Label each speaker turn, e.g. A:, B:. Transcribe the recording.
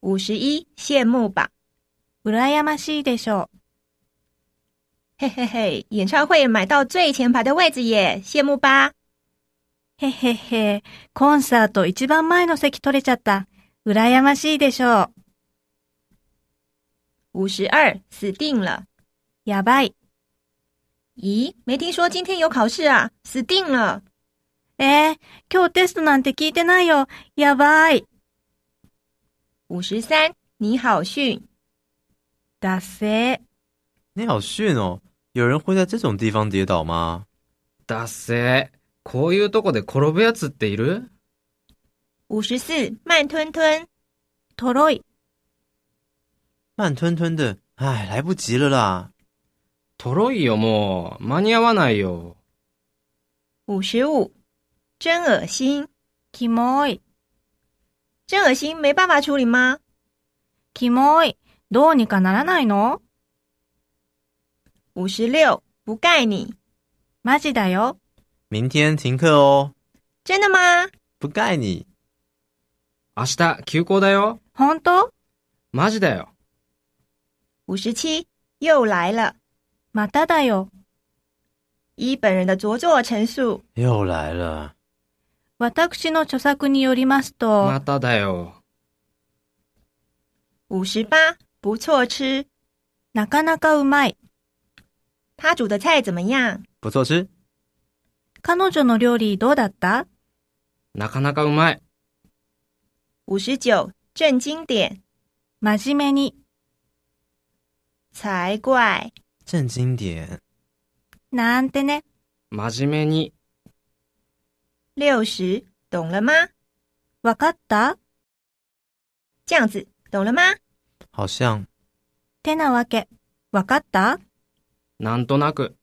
A: 五十一，羡慕吧，
B: 羨ましいでしょう。
A: 嘿嘿嘿，演唱会买到最前排的位置耶，羡慕吧。
B: へへへ、コンサート一番前の席取れちゃった。羨ましいでしょう。
A: 五十二，死定了！
B: やばい。
A: 咦，没听说今天有考试啊，死定了！
B: えー、今日テストなんて聞いてないよ。やばい。
A: 五十三，你好逊！
B: だせー。
C: 你好逊哦！有人会在这种地方跌倒吗？
D: だっせー。こういうとこで転ぶやつっている
A: 五十四，慢吞吞！
B: とろい。
C: 慢吞吞的，哎，来不及了啦！
D: とろいよ、もう。間に合わないよ。
A: 五十五，真恶心！
B: キモい。
A: 真恶心，没办法处理吗？
B: キモい。どうにかならないの
A: 五十六，不盖你！
B: マジだよ。
C: 明天停课哦，
A: 真的吗？
C: 不盖你。
D: 明日、休校だよ。
B: ほんと
D: マジだよ。
A: 五十七，又来了！
B: まただよ。
A: 依本人的着作陈述，
C: 又来了，
B: 私の著作によりますと、
D: まただよ。
A: 五十八，不错吃！
B: なかなかうまい。
A: 他煮的菜怎么样？
C: 不错吃。
B: 彼女の料理どうだった
D: なかなかうまい。
A: 五十九，正经点！
B: 真面目に。
A: 才怪！
C: 正经点，
B: なんてね。
D: 真面目に。
A: 六十，懂了吗？
B: わかった
A: 这样子，懂了吗？
C: 好像
B: てなわけ。わかった
D: なんとなく。